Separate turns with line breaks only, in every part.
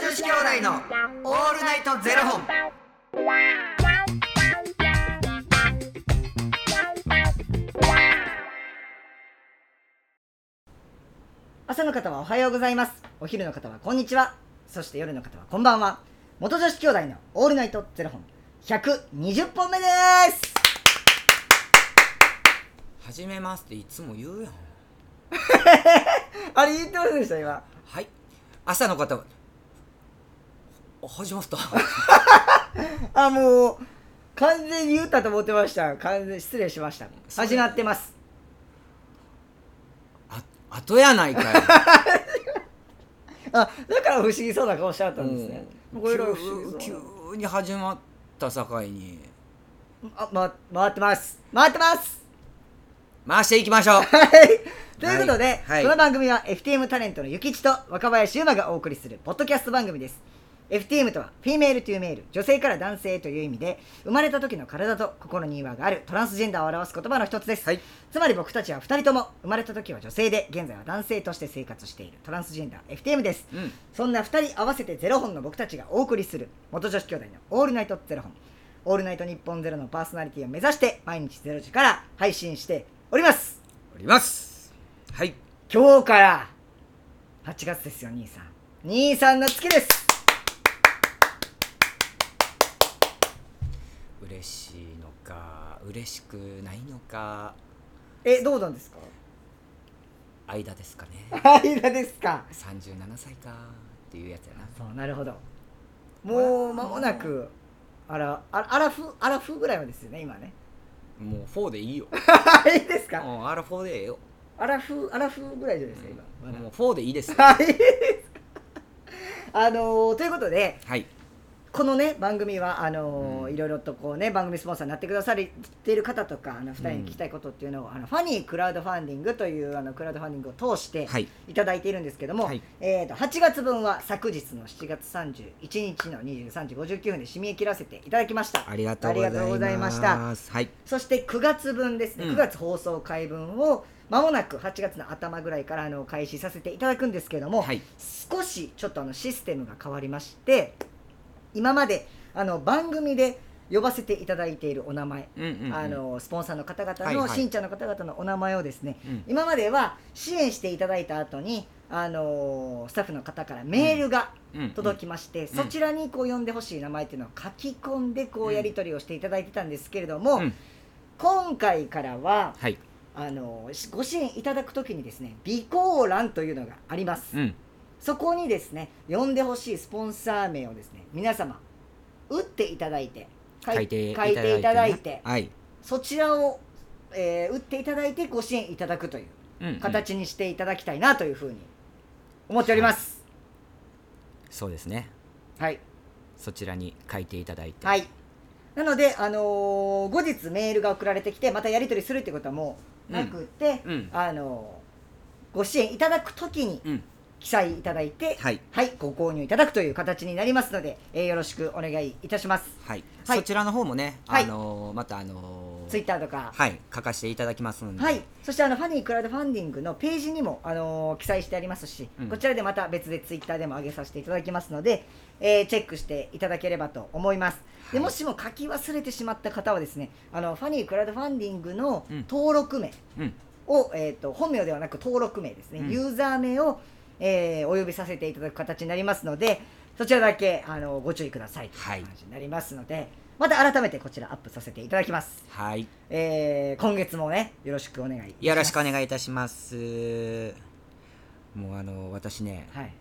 子兄弟のオールナイトゼロ本。
朝の方はおはようございますお昼の方はこんにちはそして夜の方はこんばんは元女子兄弟のオールナイトゼロ本120本目です
始めますっていつも言うやん
あれ言ってませんでした今
はい朝の方はあ始まった
あもう完全に言ったと思ってました完全失礼しました始まってます
あ後やないかよ
あだから不思議そうな顔しちゃったんですね
うん
これが不思議
急
そう
急に始まった境に
あ、ま、回ってます回ってます
回していき ましょう
ということで、
はい
この番組は FTM タレントのゆきちと若林優馬がお送りするポッドキャスト番組です FTM とはフィメールというメール女性から男性へという意味で生まれた時の体と心に違和があるトランスジェンダーを表す言葉の一つです、
はい
つまり僕たちは2人とも生まれた時は女性で現在は男性として生活しているトランスジェンダー FTM です、
うん
そんな2人合わせてゼロ本の僕たちがお送りする元女子兄弟のオールナイトゼロ本オールナイト日本ゼロのパーソナリティを目指して毎日ゼロ時から配信しております
おりますはい
今日から8月ですよ兄さん兄さんの月です
嬉しいのか嬉しくないのか
えどうなんですか
間ですかね
間ですか
37歳かっていうやつやな
そうなるほどもう間もなくあらあらあらふあらふぐらいはですよね今ね
もう4でいいよ
はいいです
う
か
んあら4でええよ
あらふあらふぐらいじゃないですか今ま
もう
だ
4でいいです
はいいいですあのーということで
はい
このね番組はあのー
うん
いろいろとこうね番組スポンサーになってくだされている方とかあの2人に聞きたいことっていうのを、あのファニークラウドファンディングというあのクラウドファンディングを通して
はい
いただいているんですけども、
はい
えー、と8月分は昨日の7月31日の23時59分で締め切らせていただきました
ありがとうござ
あ
います
りがとうございました
はい
そして9月分ですね、
うん
9月放送回分をまもなく8月の頭ぐらいからあの開始させていただくんですけども、
はい
少しちょっとあのシステムが変わりまして今まであの番組で呼ばせていただいているお名前、
うんうんうん
あのスポンサーの方々の、
はいはい
信者の方々のお名前をですね、
うん
今までは支援していただいた後にあのスタッフの方からメールが
うん
届きまして、そちらにこう呼んでほしい名前っていうのを書き込んでこうやり取りをしていただいてたんですけれども、
うん
今回からは
はい
あのご支援いただくときにですね備考欄というのがあります。
うん
そこにですね、呼んでほしいスポンサー名をですね、皆様、打っていただいて、
書いてい
書いていただいて、
ねはい
そちらを、えー打っていただいてご支援いただくという
うんうん
形にしていただきたいなというふうに思っております。
そうですね
はい。
そちらに書いていただいて
はい。なので、あのー後日メールが送られてきて、またやり取りするってことはもうなくて、
うんうん
あのーご支援いただくときに
うん
記載いただいて、
はい
はい、ご購入いただくという形になりますので、えーよろしくお願いいたします。
はい
はい
そちらの方もね
は
あ
い
のーまたあのー
ツイッターとか。
はい書かせていただきますので
はい、そしてあのファニークラウドファンディングのページにも、あのー記載してありますし、
うん
こちらでまた別でツイッターでも上げさせていただきますので、えーチェックしていただければと思いますで
はい
もしも書き忘れてしまった方はですねあのファニークラウドファンディングの
うん
登録名
うん
を、えー、と本名ではなく登録名ですね、
うん
ユーザー名を、えーお呼びさせていただく形になりますのでそちらだけ、あのご注意くださいという
はい
感じになりますので、また改めてこちらアップさせていただきます
はい
えー今月もねよろしくお願いいたします
よろしくお願いいたしますもうあのー私ね
はい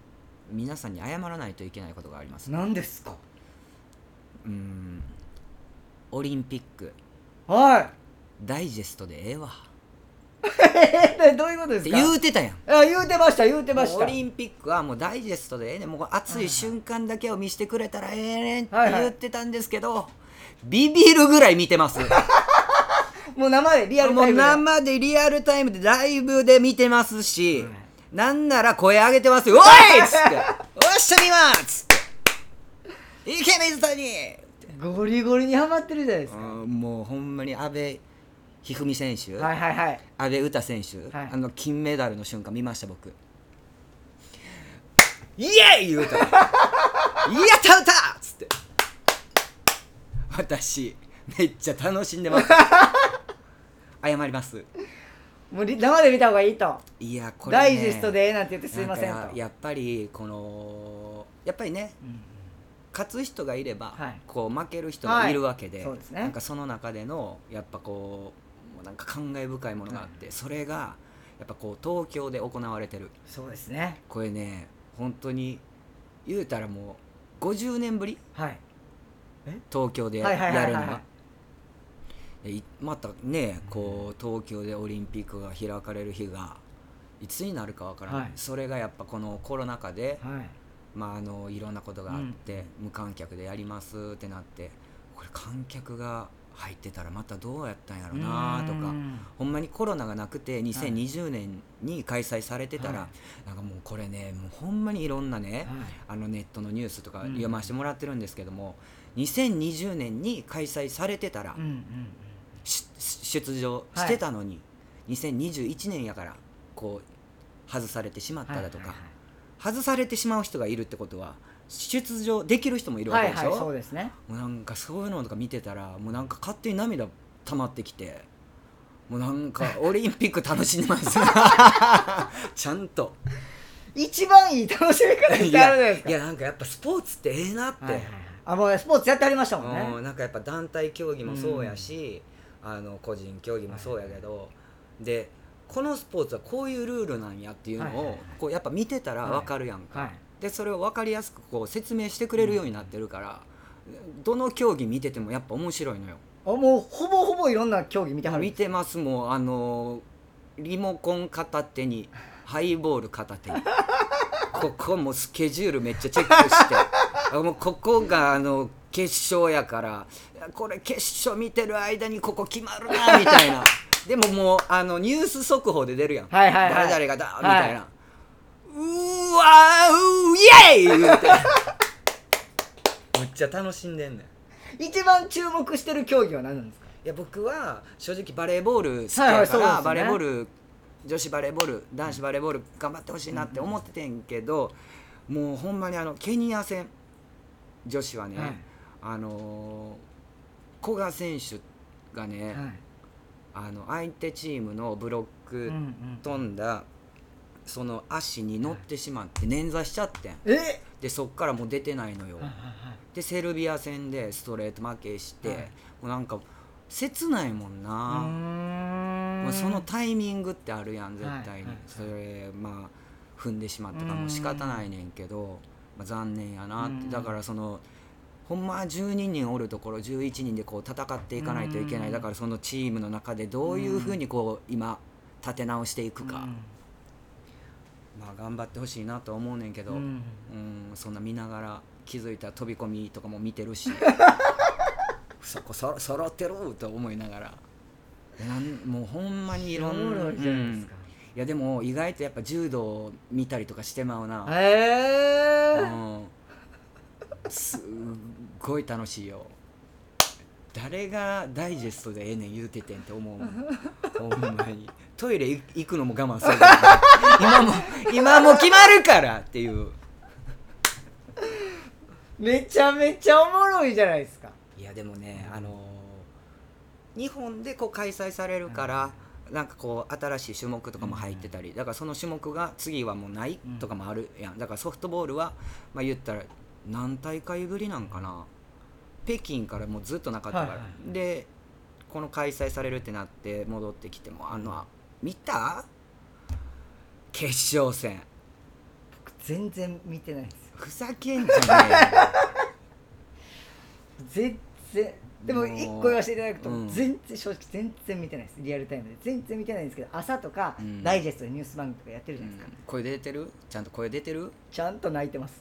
皆さんに謝らないといけないことがあります
何ですか
うーんオリンピック
は
ダイジェストでええわ
いえどういうことで
っ
す
て
か
言うてたやん
あ言うてました言うてまし
もうオ
た
リンピックはもうダイジェストでええねんもう熱い瞬間だけを見せてくれたらええねんって
はいはい
言ってたんですけど、ビビるぐらい見てます
もう生でリアル
も
タイム
う
で
生でリアルタイムでライブで見てますし、
はい
なんなら声上げてますよ「おい!」っ つって「おっしゃみまーつって「いけ水谷!」って
ゴリゴリにハマってるじゃないです
あ
か
ーもうほんまに阿部一二三選手、
はいはいはい
阿部詩選手、
はい
あの金メ ダルの瞬間見ました僕イエイ言うたった歌っつって私めっちゃ楽しんでます 謝ります
もうり生で見た方がいいと、
いやこれ、ね、
ダイジェストでなんて言ってすいません
なんか
と
やっぱりこのやっぱりね
うん
勝つ人がいれば、
はい
こう負ける人がいるわけで,、
はいそうですね
なんかその中でのやっぱこうもうなんか感慨深いものがあって、それがやっぱこう東京で行われてる
そうですね
これね本当に言うたらもう50年ぶり
はい
東京でや
はいはいはいはい
るのが。いまたねこう東京でオリンピックが開かれる日がいつになるかわからない、
はい
それがやっぱこのコロナ禍で、
はい
まあ、あのいろんなことがあって、無観客でやりますってなってこれ観客が入ってたらまたどうやったんやろなとか
うん
ほんまにコロナがなくて2020年に開催されてたら、
は
なんかもうこれねもうほんまにいろんなね、
はい
あのネットのニュースとか
うん
読ませてもらってるんですけども、2020年に開催されてたら、
うんうんうん
し出場してたのに、2021年やからこう外されてしまっただとか。
はいはいはい
外されてしまう人がいるってことは出場できる人もいるわ
は
け
い
でし
はい
ょ、
そうですね
もうなんかそういうのとか見てたらもうなんか勝手に涙溜まってきてもうな んかオリンピック楽しんでますちゃん と
一番いい楽しみ方っ
い
てあるじゃない
や
です
い
か
やなんかやっぱスポーツってええなって、
はいはいはいあもうスポーツやってありましたもんね
うんなんかやっぱ団体競技もそうやし、あの個人競技もそうやけど、でこのスポーツはこういうルールなんやっていうの
はいはい
を
はい
こうやっぱ見てたら分かるやんか、
はい
でそれを分かりやすくこう説明してくれるようになってるから、どの競技見ててもやっぱ面白いのよ。
あもうほぼほぼいろんな競技見てはる
見てますもんあのリモコン片手 にハイボール片手にここもスケジュールめっちゃチェックしてあもうここがあの決勝やからこれ決勝見てる間にここ決まるなみた いなでももうあのニュース速報で出るやん、
はいはいはい
誰々がだ
はい
みたいな、うーわーうーイエーイ言うて むっちゃ楽しんでんねん
一番注目してる競技は何なんですか
いや僕は正直バレーボール好きやから、
はいはいそうですね
バレーボール女子バレーボール男子バレーボール頑張ってほしいなって思っててんけど、もうほんまにあのケニア戦女子はね、
はい
あのー古賀選手がね、
はい
あの相手チームのブロック飛んだ、その足に乗ってしまって捻挫しちゃってん
え
でそっからもう出てないのよ。でセルビア戦でストレート負けして、
はい
もうなんか切ないもんな、まあ、そのタイミングってあるやん絶
は
対
いは
に、
いはい
それまあ踏んでしまったからもう仕方ないねんけど、まあ、残念やなっ
う
て
ん
だからそのほんまは12人おるところ11人でこう戦っていかないといけな
う
い
ん
だからそのチームの中でどういうふうにこう今立て直していくか、まあ、頑張ってほしいなとは思うねんけど、うんそんな見ながら気づいた飛び込みとかも見て るしそこそろ揃ってると思いながらなんもうほんまにい
い
ろ
ろ
ん
ん
な、
なじゃないですか
うんいやでも意外とやっぱ柔道見たりとかしてまうな、
へえ
うん、すっごい楽しいよ誰がダイジェストでええねん言うててんって思うも んほんまにトイレい行くのも我慢するから今も今も決まるからっていう。
めちゃめちゃおもろいじゃないですか
いやでもね、あのー日本でこう開催されるから、なんかこう新しい種目とかも入ってたり、だからその種目が次はもうないとかもあるやん、だからソフトボールは、まあ、言ったら何大会ぶりなんかな北京からもうずっとなかったから、
はいは
でこの開催されるってなって戻ってきてもあの見た決勝戦
僕全然見てないですよ
ふざけんじゃねえよ
全然でも
もう
一個言わせていただくと
うん
全然正直全然見てないですリアルタイムで全然見てないんですけど朝とか
うん
ダイジェストでニュース番組とかやってる
う
じゃないですか
ん声出てるちゃんと声出てる
ちゃんと泣いてます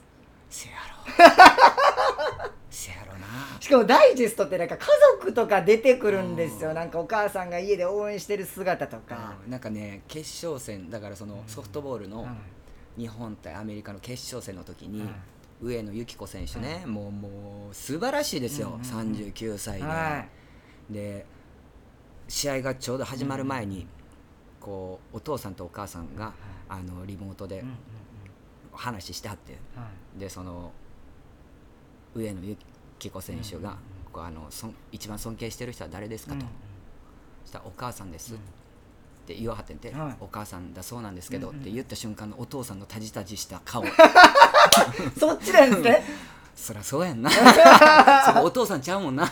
せやろせやろな
しかもダイジェストってなんか家族とか出てくるんですよ、なんかお母さんが家で応援してる姿とか、
なんかね決勝戦だからそのソフトボールの
はい
日本対アメリカの決勝戦の時に、
はい
上野由岐子選手ね、もうもう素晴らしいですよ、
うんうんうん
39歳で、
はい
で試合がちょうど始まる前に、こうお父さんとお母さんが、あのリモートで
うんうんうん
話してはって、
は
でその上野由岐子選手が、ここあのそん一番尊敬してる人は誰ですかと、そしたら「お母さんです」って言わはってんて、
はい
お母さんだそうなんですけど」って言った瞬間のお父さんのタジタジした 顔
そっちなんですね
そりゃそうや んなそこお父さんちゃうもんな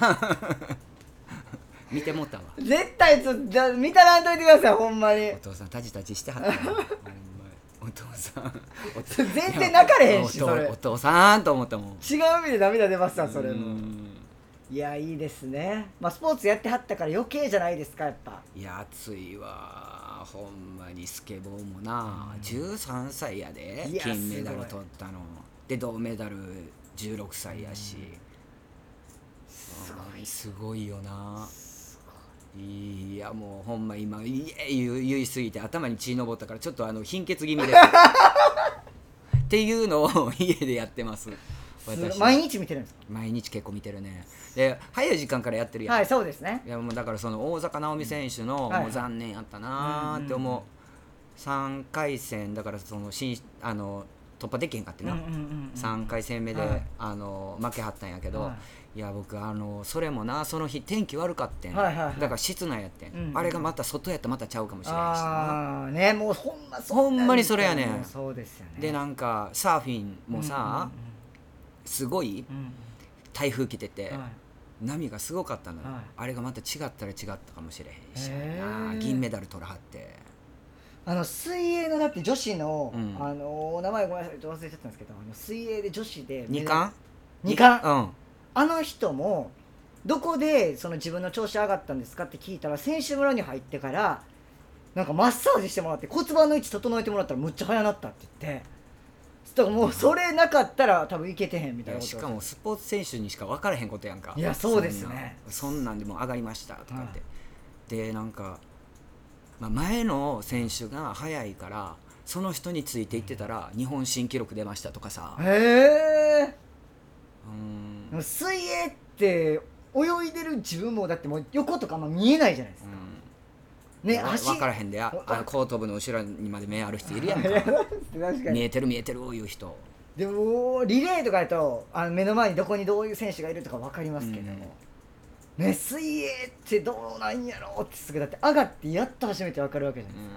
見てもうたわ
絶対ちょじゃあ見たらんといてくださいほんまに
お父さんタジタジしてはったわ ほんまお父さんお父
全然泣かれへんし
お
そ
父
れ
お父さんと思ったもん
違う意味で涙出ますわそれ
う
も
ん
いやいいですねまあスポーツやってはったから余計じゃないですかやっぱ
いや暑いわほんまにスケボーもな、13歳やで
いや
金メダ
す
ル
ごい
取ったので銅メダル16歳やし、すごいすごいよないやもうほんま今いえ言う言いすぎて頭に血のぼったからちょっとあの貧 血気味ですっていうのを 家でやってます
す
私
毎日見てるんです
毎日結構見てるねで早い時間からやってるやん、
はいそうですね
いやもうだからその大坂なおみ選手の、
はい
もう残念やったなーって思う、3回戦だからその新あの突破できへんかってな、3回戦目で、
はい
あの負けはったんやけど、、
はい
や僕あのそれもなその日天気悪かってん、
はいはいはい
だから室内やってん、
うんうん
あれがまた外やったらまたちゃうかもしれないしな
ああねもうほんまそ
ほんまにそれやねん
もうそうですよね
でなんかサーフィンもさ、すごい
うんうん
台風来てて、
うんはい
波がすごかったのよ、
はい
あれがまた違ったら違ったかもしれへんし
へー
銀メダル取らはって
あの水泳のだって女子の、
うん
あのお名前ごめんなさい忘れちゃったんですけどあの水泳で女子で
二冠
二冠
うん
あの人もどこでその自分の調子上がったんですかって聞いたら選手村に入ってからなんかマッサージしてもらって骨盤の位置整えてもらったらむっちゃ早なったって言ってだからもうそれなかったら多分いけてへんみ
い
たいなこ
や
と
しかもスポーツ選手にしか分からへんことやんか
いやそうですね
そんなんそんなんでもう上がりましたとかって、でなんか、まあ、前の選手が速いからその人についていってたら日本新記録出ましたとかさ
へえ
うん
でも水泳って泳いでる自分もだってもう横とかあんま見えないじゃないですか、ね
わ
足
分からへんであ
わ
あ後頭部の後ろにまで目ある人いるやん
いや
か
確か
見
に
えてる見えてるいう人
でもリレーとかやとあの目の前にどこにどういう選手がいるとか分かりますけども、ね水泳ってどうなんやろうってすぐだって上がってやっと初めて分かるわけじゃ
う
ない
ん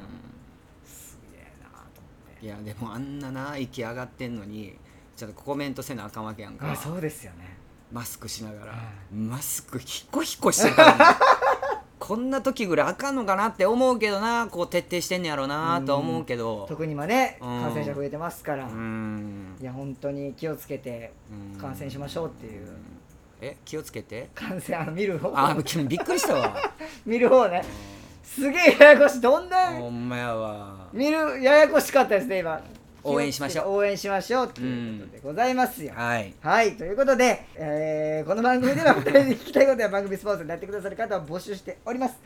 すげえなと思って
いやでもあんなな息上がってんのにちょっとコメントせなあかんわけやんか
あそうですよね
マスクしながら、
う
マスクひこひこしてるから、ね、 こんな時ぐらいあかんのかなって思うけどなこう徹底してんねやろうなとは思うけど
特に今ね
うん
感染者増えてますから、
うーん
いや本当に気をつけて
うん
感染しましょうっていう
え気をつけて
感染あの見る方
あーびっくりした わ
見る方ねすげえややこしいどんな
ほんまやわ
見るややこしかったですね今
応援しましょう
応援しましょうということでございますよ、
はい
はい、ということで、えーこの番組では2人で 聞きたいことや番組スポンサーになってくださる方を募集しております。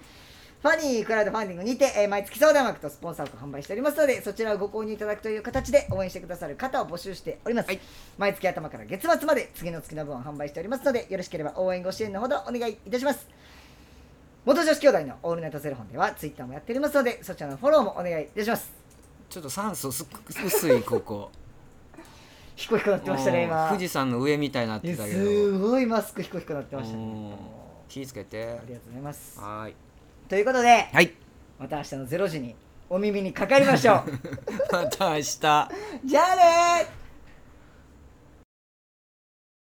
ファニークラウドファンディングにて、えー毎月相談枠とスポンサー枠を販売しておりますので、そちらをご購入いただくという形で応援してくださる方を募集しております。
はい
毎月頭から月末まで次の月の分を販売しておりますので、よろしければ応援ご支援のほどお願いいたします。元女子兄弟のオールナイトゼロ本ではツイッターもやっておりますので、そちらのフォローもお願いいたします。
ちょっと酸素す薄い ここ
ひこひこなってましたね、
うん
今。
富士山の上みたいになっ
い
て
や
たけ
す
ど
ごいマスクひこひこなってましたね。
うん
もう
気をつけて
ありがとうございます。
はーい
ということで、
はい
また明日の0時にお耳にかかりましょ
また明日
う。じゃあねー